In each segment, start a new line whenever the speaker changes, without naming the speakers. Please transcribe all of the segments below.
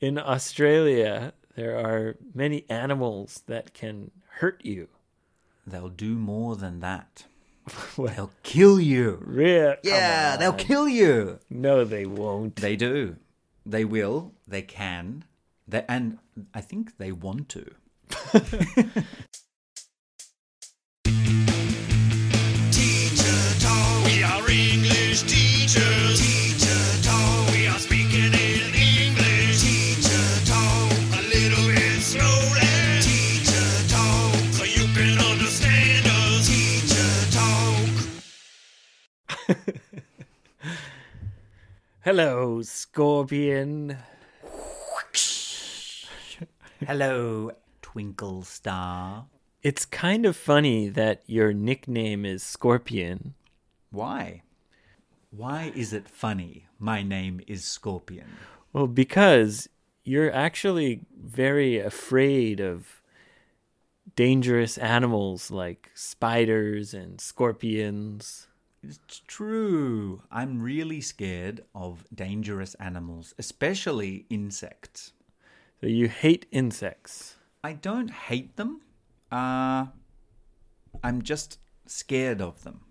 in Australia, there are many animals that can hurt you.
They'll do more than that.
well,
They'll kill you.
real.
Yeah, they'll kill you.
No, they won't.
They do. They will. They can. They, and I think they want to.
Teacher talk. We are English teachers. Teacher talk. We are speaking in English. Teacher talk. A little bit slowly. Teacher talk. So you can understand us. Teacher talk.
Hello, scorpion.
Hello, Twinkle Star.
It's kind of funny that your nickname is Scorpion.
Why? Why is it funny? My name is Scorpion.
Well, because you're actually very afraid of dangerous animals like spiders and scorpions.
It's true. I'm really scared of dangerous animals, especially insects.
So you hate insects.
I don't hate them. Uh, I'm just scared of them.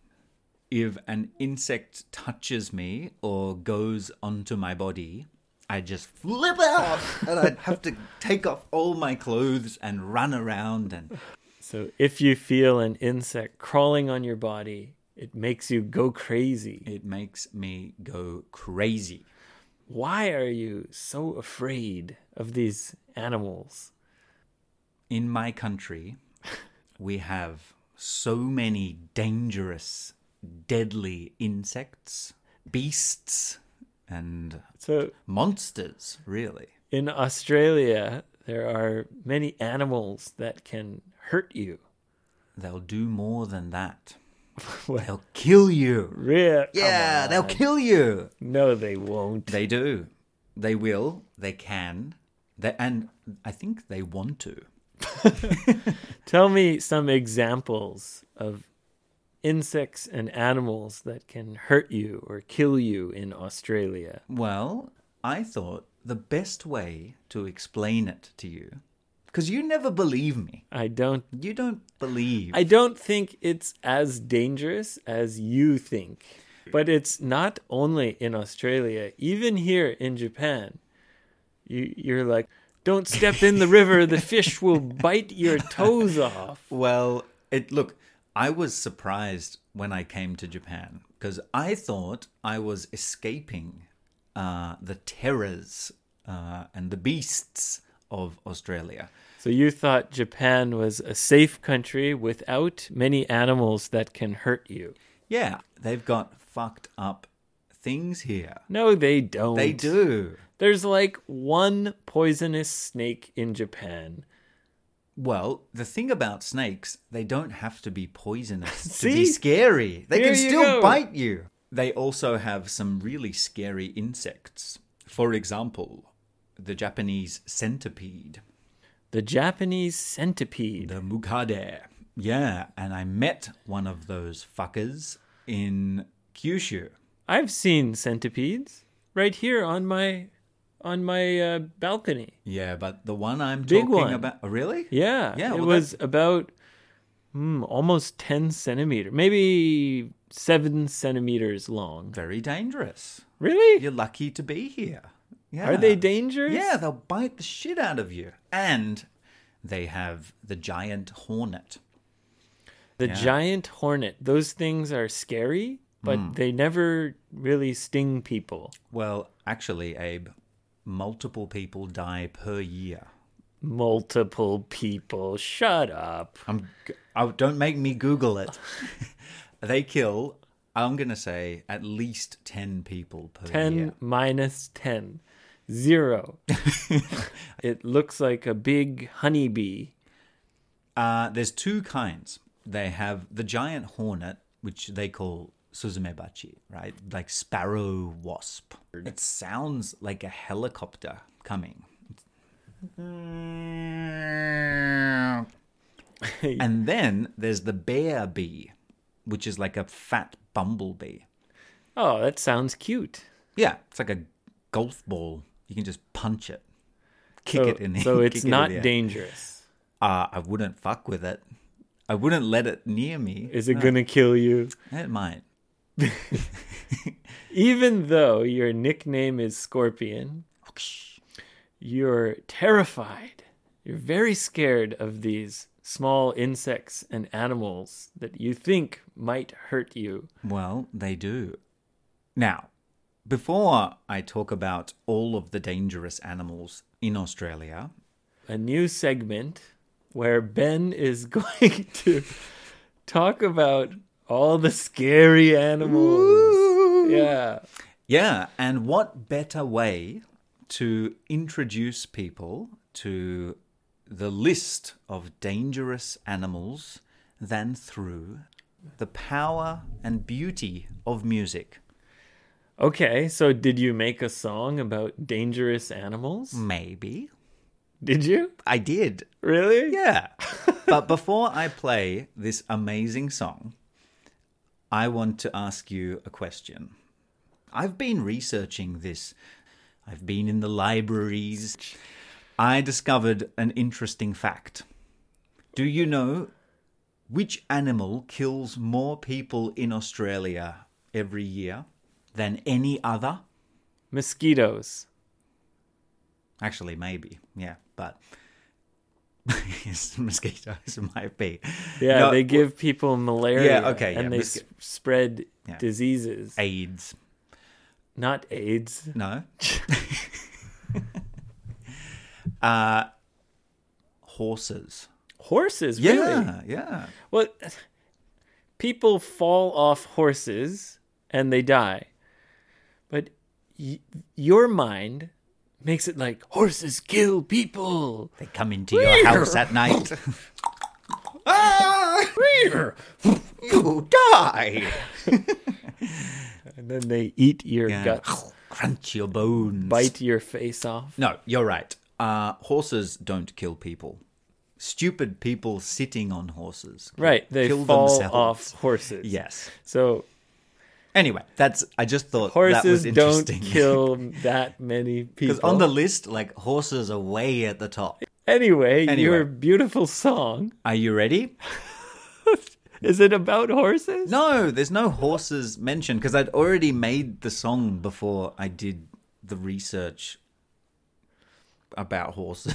If an insect touches me or goes onto my body, I just flip out and I'd have to take off all my clothes and run around and
So if you feel an insect crawling on your body, it makes you go crazy.
it makes me go crazy.
Why are you so afraid of these animals?
In my country, we have so many dangerous, deadly insects, beasts, and
So
monsters, really.
in Australia, there are many animals that can hurt you.
They'll do more than that.
well,
They'll kill you.
real.
Yeah, they'll kill you.
No, they won't.
They do. They will. They can. They, and I think they want to.
Tell me some examples of insects and animals that can hurt you or kill you in Australia.
Well, I thought the best way to explain it to you, because you never believe me.
I don't
You don't believe.
I don't think it's as dangerous as you think. But it's not only in Australia, even here in Japan. You you're like, don't step in the river, the fish will bite your toes off.
Well, it look, I was surprised when I came to Japan because I thought I was escaping uh, the terrors uh, and the beasts of Australia.
So you thought Japan was a safe country without many animals that can hurt you.
Yeah, they've got fucked up things here.
No, they don't.
They do.
There's like one poisonous snake in Japan.
Well, the thing about snakes, they don't have to be poisonous to
See?
be scary. They
There
can
you
still
go.
bite you. They also have some really scary insects. For example, the Japanese centipede,
The Japanese centipede.
the mukade. Yeah, and I met one of those fuckers in Kyushu.
I've seen centipedes right here on my on my uh, balcony.
Yeah, but the one I'm
Big
talking
one.
about, oh, really?
Yeah,
Yeah,
it
well,
was about hmm, almost ten centimeter, maybe seven centimeters long.
Very dangerous.
Really?
You're lucky to be here. Yeah.
Are they dangerous?
Yeah, they'll bite the shit out of you. And they have the giant hornet.
The giant hornet. Those things are scary, but they never really sting people.
Well, actually, Abe, multiple people die per year.
Multiple people. Shut up.
I'm. g- Oh, don't make me Google it. they kill. I'm gonna say at least ten people per
10
year.
minus 10 zero it looks like a big honeybee
Uh, there's two kinds. They have the giant hornet, which they call suzumebachi, right? Like sparrow wasp. It sounds like a helicopter coming. and then there's the bear bee, which is like a fat bumblebee.
oh that sounds cute
Yeah, it's like a golf ball. You can just punch it. Kick
so,
it in.
so
kick
it's
it in
not
the air.
dangerous.
Uh, I wouldn't fuck with it. I wouldn't let it near me.
Is it gonna kill you?
It might.
Even though your nickname is Scorpion, you're terrified. You're very scared of these small insects and animals that you think might hurt you.
Well, they do. Now, before I talk about all of the dangerous animals in Australia,
A new segment where Ben is going to talk about all the scary animals. Yeah.
yeah, and what better way to introduce people to the list of dangerous animals than through the power and beauty of music?
Okay, so did you make a song about dangerous animals?
Mm. Maybe.
Did you?
I did.
Really?
Yeah. but before I play this amazing song, I want to ask you a question. I've been researching this, I've been in the libraries. I discovered an interesting fact. Do you know which animal kills more people in Australia every year than any other?
Mosquitoes.
Actually, maybe. Yeah, but. it's mosquitoes might be.
Yeah,
No,
they give people malaria.
Yeah, okay, yeah,
and they
mosqui-
s- spread
Yeah.
diseases,
AIDS.
not AIDS.
No. uh, Uh, horses.
Horses, really?
Yeah, yeah.
Well, people fall off horses and they die, but y- your mind makes it like horses kill people.
They come into your house at night. ah, you die.
And then they eat your guts,
Crunch your bones.
bite your face off.
No, you're right. Uh, horses don't kill people. Stupid people sitting on horses.
Right, they
kill
fall
themselves.
off horses.
Yes.
So
Anyway, that's. I just thought that was
horses don't
interesting.
kill that many people.
Because on the list, like horses are way at the top.
Anyway,
Anyway.
your beautiful song.
Are you ready?
Is it about horses?
No, there's no horses mentioned because I'd already made the song before I did the research about horses.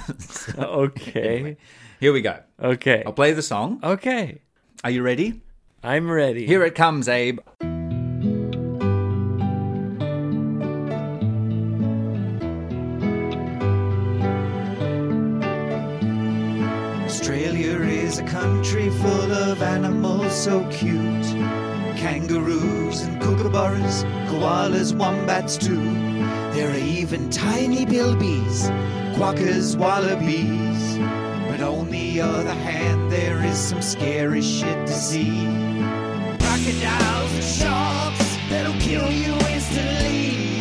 Okay.
Here we go.
Okay.
I'll play the song.
Okay.
Are you ready?
I'm ready.
Here it comes, Abe.
Australia is a country full of animals so cute. Kangaroos and kookaburras, koalas, wombats too. There are even tiny bilbies, quackers, wallabies. But on the other hand, there is some scary shit to see. Crocodiles and sharks that'll kill you instantly.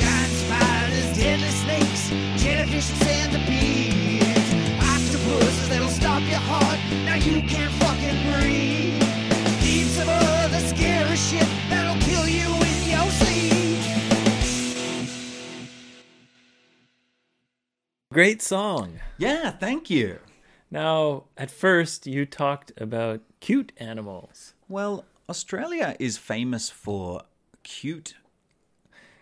Giant spiders, deadly snakes, jellyfish and centipedes. Octopuses that'll stop your heart, now you can't fucking breathe. Heaps of other scary shit that'll kill you in your sleep.
Great song.
Yeah, thank you.
Now, at first, you talked about cute animals.
Well, Australia is famous for cute,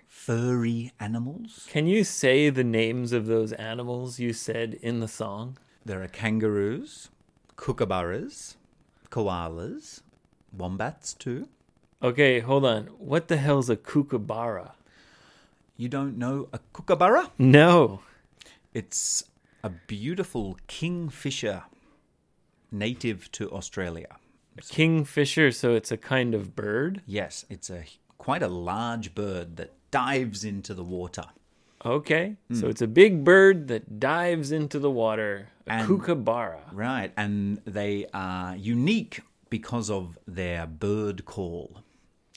furry animals.
Can you say the names of those animals you said in the song?
There are kangaroos, kookaburras, koalas, wombats too.
Okay, hold on. What the hell's a kookaburra?
You don't know a kookaburra?
No.
It's a beautiful kingfisher native to Australia.
A kingfisher, so it's a kind of bird?
Yes, it's a quite a large bird that dives into the water.
Okay.
Hmm.
So it's a big bird that dives into the water. A
And-
kookaburra.
Right, and they are unique because of their bird call.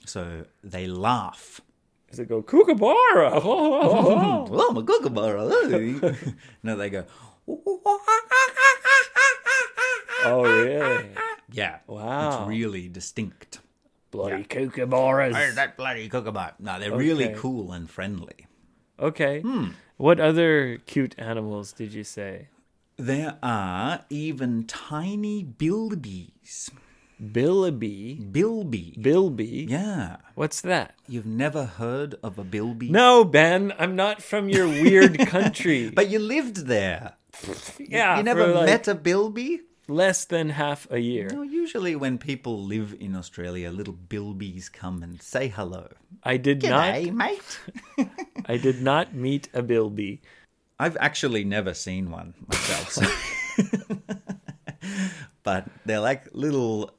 So they laugh.
Does it go kookaburra?
Oh, my kookaburra. oh. no, they go.
oh, really?
Yeah.
Wow.
It's really distinct.
Bloody kookaburras.
that bloody kookaburra. No, they're really
Okay.
cool and friendly.
Okay. What other cute animals did you say?
There are even tiny bilbies.
Bilby.
Bilby.
Bilby.
Yeah.
What's that?
You've never heard of a bilby?
No, Ben, I'm not from your weird country.
But you lived there.
yeah,
you never
Ah, for like
met a bilby?
less than half a year.
No, usually when people live in Australia, little bilbies come and say hello.
I did
G'day,
not.
mate.
I did not meet a bilby.
I've actually never seen one myself. so- but they're like little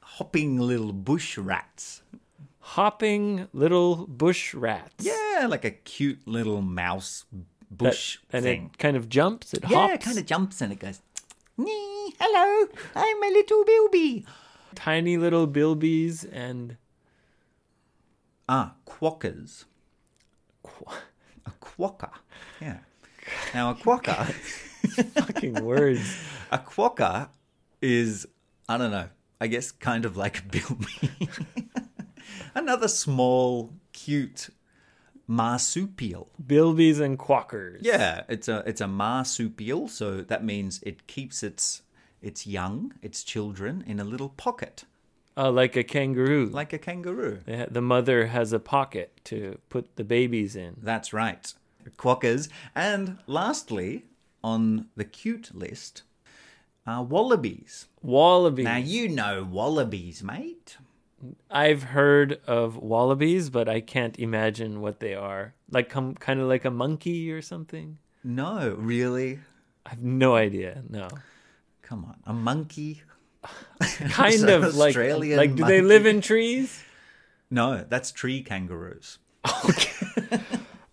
hopping little bush rats.
Hopping little bush rats.
Yeah, like a cute little mouse
That-
bush
and
thing.
it kind of jumps. It
yeah,
hops.
it kind of jumps and it goes, "Nee, hello, I'm a little bilby.
tiny little bilbies and
Ah, quackers.
qu-
A quacker. Yeah. Now, a quacker.
fucking words.
A quokka is, I don't know, I guess kind of like a bilby. Another small, cute marsupial.
Bilbies and quackers.
Yeah, it's a it's a marsupial, so that means it keeps its its young, its children in a little pocket,
Uh, like a kangaroo.
like a kangaroo.
They ha- the mother has a pocket to put the babies in.
That's right. Quokkas. And lastly, on the cute list are wallabies.
Wallabies.
Now you know wallabies, mate.
I've heard of wallabies, but I can't imagine what they are. Like com- kind of like a monkey or something.
No, really?
I have no idea. No.
Come on, a monkey?
Kind
Some
of like
Australian
like do they
monkey.
live in trees?
No, that's tree kangaroos.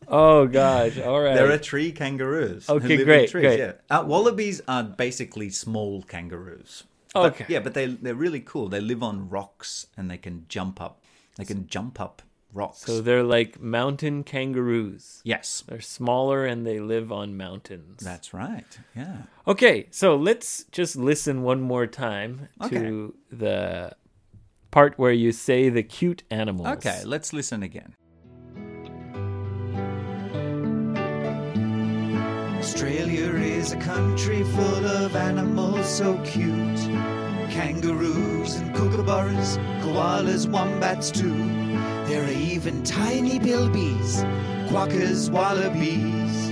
Oh gosh. All right.
There are tree kangaroos. who
Okay,
live in
great, great.
Yeah. Uh, wallabies are basically small kangaroos.
okay.
Yeah, but they they're really cool. They live on rocks and they can jump up. They can jump up rocks.
So they're like mountain kangaroos.
yes,
They're smaller and they live on mountains.
that's right. Yeah.
Okay, so let's just listen one more time to the part where you say the cute animals.
Okay, let's listen again.
Australia is a country full of animals so cute. Kangaroos and kookaburras, koalas, wombats too. There are even tiny bilbies, quackers, wallabies.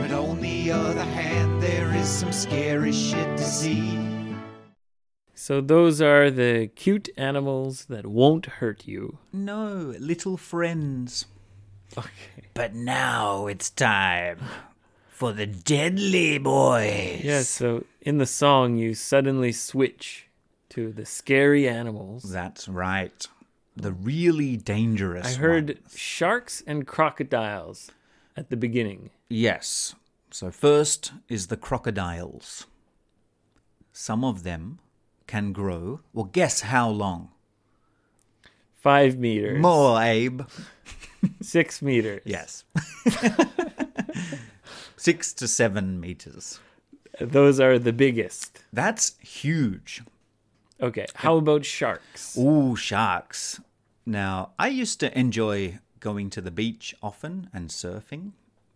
But on the other hand, there is some scary shit to see.
So those are the cute animals that won't hurt you.
No, little friends.
Okay.
But now it's time for the deadly boys.
Yeah, so in the song you suddenly switch to the scary animals.
That's right. The really dangerous.
I heard
one.
sharks and crocodiles at the beginning.
Yes. So, first is the crocodiles. Some of them can grow. Well, guess how long?
5 meters.
More, Abe.
6 meters.
Yes. Six to seven meters.
Those are the biggest.
That's huge.
Okay, how about sharks?
Ooh, sharks. Now, I used to enjoy going to the beach often and surfing,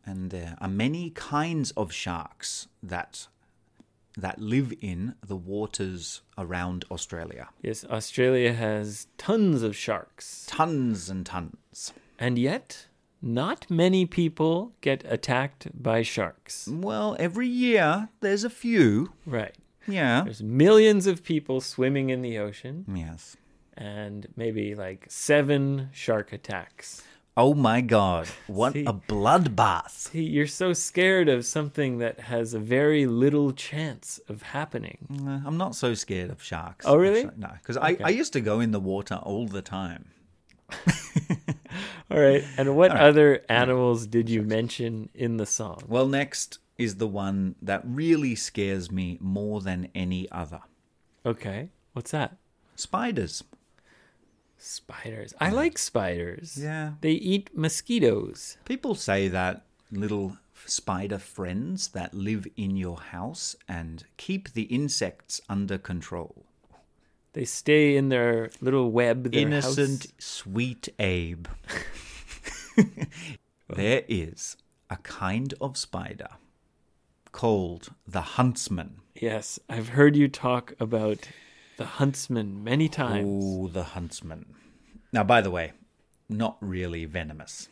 and there are many kinds of sharks that that live in the waters around Australia.
Yes, Australia has tons of sharks.
Tons and tons.
And yet, not many people get attacked by sharks.
Well, every year there's a few.
Right.
Yeah.
There's millions of people swimming in the ocean
Yes.
and maybe like seven shark attacks.
Oh my god. What
See.
a bloodbath.
See, you're so scared of something that has a very little chance of happening.
Uh, I'm not so scared of sharks.
Oh, really?
actually. No, because I, I used to go in the water all the time.
All right. And what other animals did you mention in the song?
Well, next is the one that really scares me more than any other
Okay. What's that?
spiders.
Spiders. I like spiders.
Yeah.
They eat mosquitoes.
People say that little spider friends that live in your house and keep the insects under control.
They stay in their little web. Their
Innocent,
house.
sweet Abe. there is a kind of spider called the huntsman.
Yes, I've heard you talk about the huntsman many times.
Ooh, the huntsman. Now, by the way, not really venomous.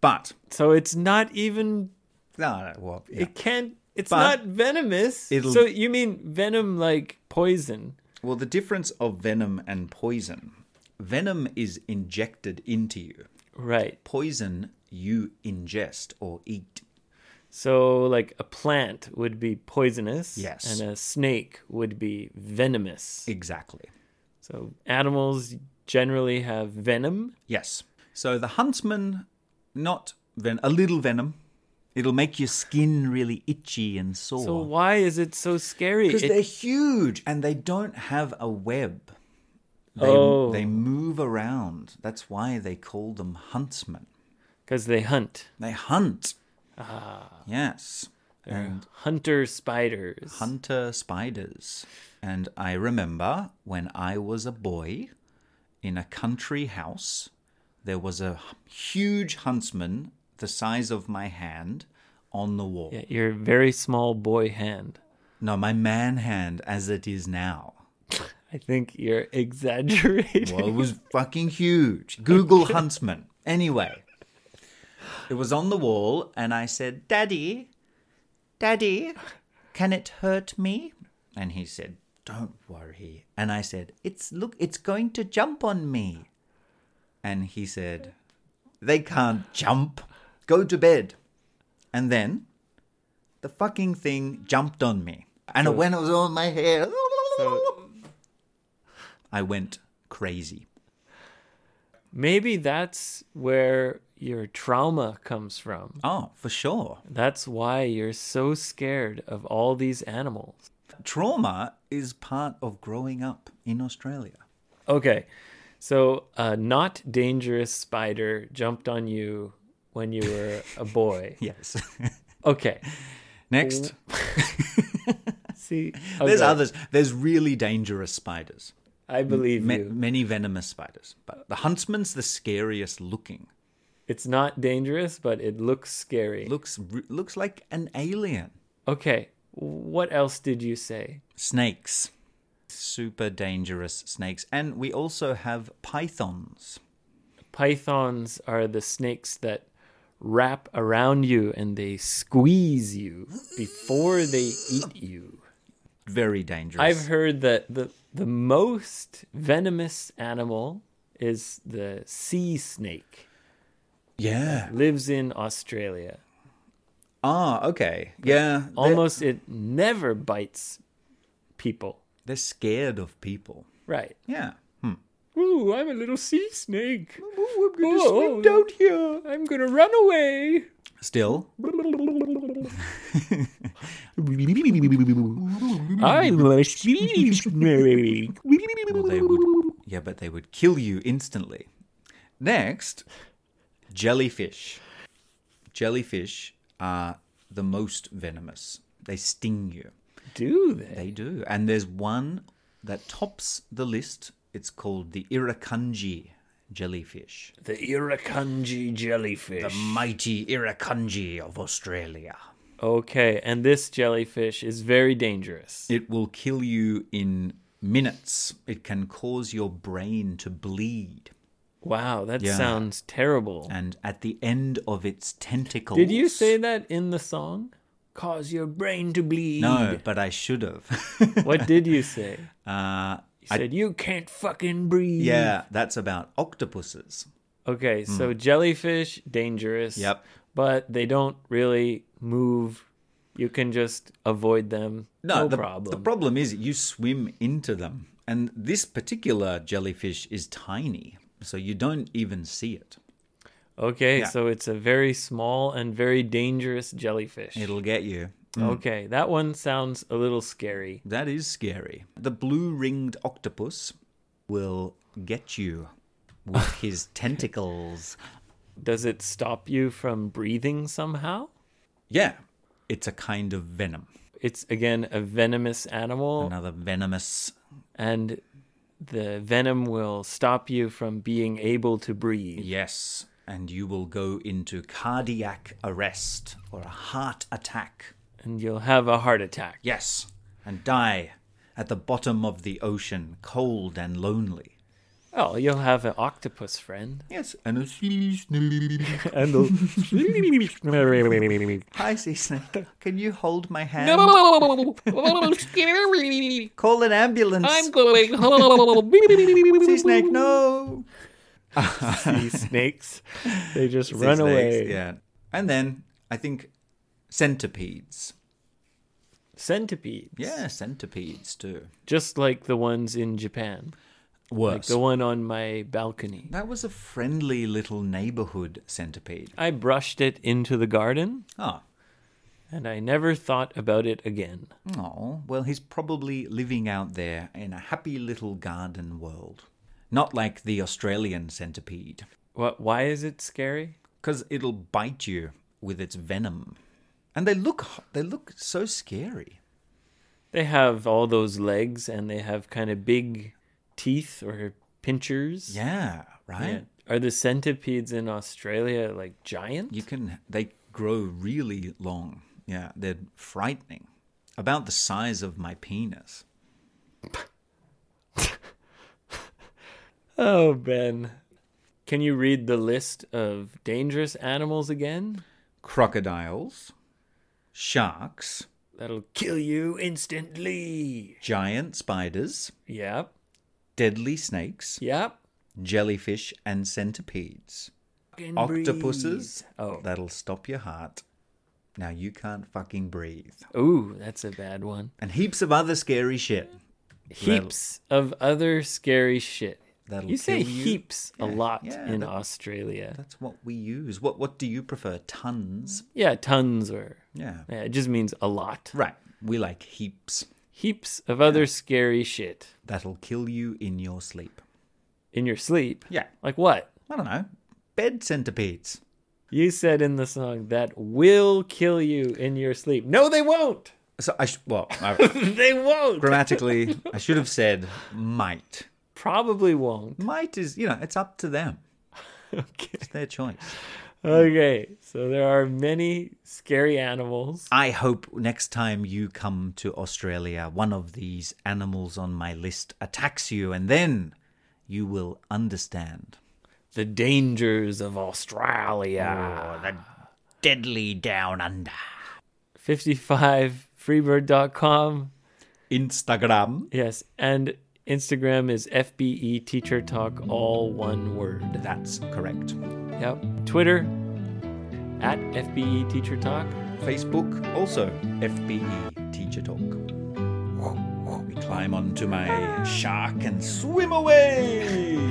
But,
So it's not even
no, no, well, yeah.
it can't it's
But
not venomous.
it'll-
So you mean venom like poison?
well, the difference of venom and poison venom is injected into you,
Right.
poison you ingest or eat.
So like a plant would be poisonous
Yes.
and a snake would be venomous.
Exactly.
So animals generally have venom.
Yes. So the huntsman, not ven- a little venom. It'll make your skin really itchy and sore.
So why is it so scary?
Because
It-
they're huge and they don't have a web. They,
Oh.
they move around. That's why they call them huntsmen.
'cause they hunt.
They hunt. Ah. Yes. And
Hunter spiders.
hunter spiders. And I remember when I was a boy in a country house, there was a huge huntsman the size of my hand on the wall.
Yeah, your very small boy hand.
No, my man hand as it is now.
I think you're exaggerating.
Well, it was fucking huge. Google Huntsman. Anyway, it was on the wall, and I said, Daddy, Daddy, can it hurt me? And he said, Don't worry. And I said, It's look, it's going to jump on me. And he said, They can't jump. Go to bed. And then the fucking thing jumped on me. And when it was on my hair, I went crazy.
Maybe that's where your trauma comes from.
Oh, for sure.
That's why you're so scared of all these animals.
Trauma is part of growing up in Australia.
Okay, so a not dangerous spider jumped on you when you were a boy.
Yes.
Okay,
Next,
see,
there's
Oh, okay,
others. There's really dangerous spiders.
I believe
Ma-
you.
many venomous spiders, but the huntsman's the scariest looking.
It's not dangerous, but it looks scary.
Looks r- looks like an alien.
Okay, what else did you say?
Snakes. Super dangerous snakes. And we also have pythons.
Pythons are the snakes that wrap around you and they squeeze you before they eat you.
Very dangerous.
I've heard that the the most venomous animal is the sea snake.
Yeah.
Lives in Australia.
Ah, okay. Yeah. They're,
Almost it never bites people.
they're scared of people.
Right.
Yeah. Hmm.
Ooh, I'm a little sea snake.
Ooh, I'm
Oh, gonna swim
oh.
down
here.
I'm gonna run away.
Still,
I'm a sea snake.
well, they would. Yeah, but they would kill you instantly. Next, jellyfish. Jellyfish are the most venomous. They sting you.
Do they?
They do. And there's one that tops the list. It's called the irukandji jellyfish.
The Irukandji jellyfish.
The mighty irukandji of Australia.
Okay, and this jellyfish is very dangerous.
It will kill you in minutes. It can cause your brain to bleed.
Wow, that
Yeah.
sounds terrible.
And at the end of its tentacles.
Did you say that in the song? Cause your brain to bleed.
No, but I should have.
What did you say?
uh,
You said you can't fucking breathe.
yeah, that's about octopuses.
Okay, so jellyfish dangerous.
Yep.
But they don't really move. You can just avoid them. No,
the
problem.
The problem is you swim into them, and this particular jellyfish is tiny, so you don't even see it.
okay,
Yeah.
so it's a very small and very dangerous jellyfish.
It'll get you.
Okay, that one sounds a little scary.
That is scary. The blue-ringed octopus will get you with his tentacles.
Does it stop you from breathing somehow?
Yeah, it's a kind of venom.
It's again a venomous animal,
Another venomous.
and the venom will stop you from being able to breathe.
Yes, and you will go into cardiac arrest or a heart attack.
and you'll have a heart attack.
Yes, and die at the bottom of the ocean, cold and lonely.
Oh, you'll have an octopus friend.
Yes, and a sea snake.
And the
Hi, sea snake. Can you hold my hand? Call an ambulance.
I'm going home.
sea snake. No.
sea snakes, they just run away.
Yeah, and then I think centipedes.
Centipedes,
Yeah, centipedes too.
just like the ones in Japan, like
Worse.
the one on my balcony.
that was a friendly little neighborhood centipede.
I brushed it into the garden,
Oh.
and I never thought about it again.
Oh, well, he's probably living out there in a happy little garden world. Not like the Australian centipede,
What? Why is it scary?
because it'll bite you with its venom. And they look they look so scary.
They have all those legs, and they have kind of big teeth or pinchers.
Yeah, right?
Yeah. Are the centipedes in Australia like giant?
You can they grow really long. Yeah, they're frightening. About the size of my penis.
Oh, Ben. Can you read the list of dangerous animals again?
Crocodiles, sharks,
That'll kill you instantly.
giant spiders,
Yep.
deadly snakes,
Yep.
jellyfish and centipedes.
Fucking
octopuses.
breathe. Oh.
That'll stop your heart. Now you can't fucking breathe.
Ooh, that's a bad one.
And heaps of other scary shit.
Heaps of other scary shit.
That'll
You say
kill you.
heaps a
Yeah,
lot
yeah,
in
that-
Australia.
That's what we use. What what do you prefer? Tons?
Yeah, tons or.
Yeah.
Mm-hmm. Yeah, it just means a lot.
Right. We like heaps.
Heaps of other scary shit
That'll kill you in your sleep.
in your sleep.
Yeah.
Like what?
I don't know. Bed centipedes.
You said in the song that will kill you in your sleep. No, they won't.
So I sh- well, I,
They won't.
grammatically, I should have said might.
Probably won't.
Might is, you know, it's up to them.
Okay.
It's their choice.
Okay. So there are many scary animals.
I hope next time you come to Australia, one of these animals on my list attacks you, and then you will understand.
The dangers of Australia.
Deadly Down Under.
55freebird.com.
Instagram.
Yes. And Instagram is FBE Teacher Talk, all one word.
That's correct.
Yep. Twitter at FBE Teacher Talk.
Facebook, also FBE Teacher Talk. We climb onto my shark and swim away.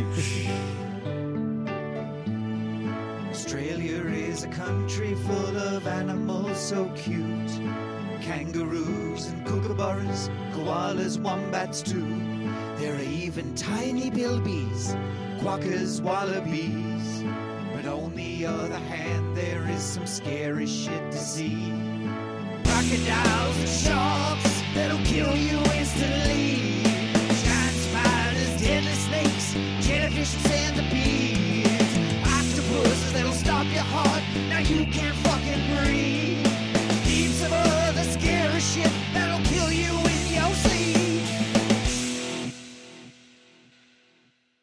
Australia is a country full of animals so cute. Kangaroos and kookaburras, koalas, wombats too. There are even tiny bilbies, quackers, wallabies. But on the other hand, there is some scary shit to see. Crocodiles and sharks that'll kill you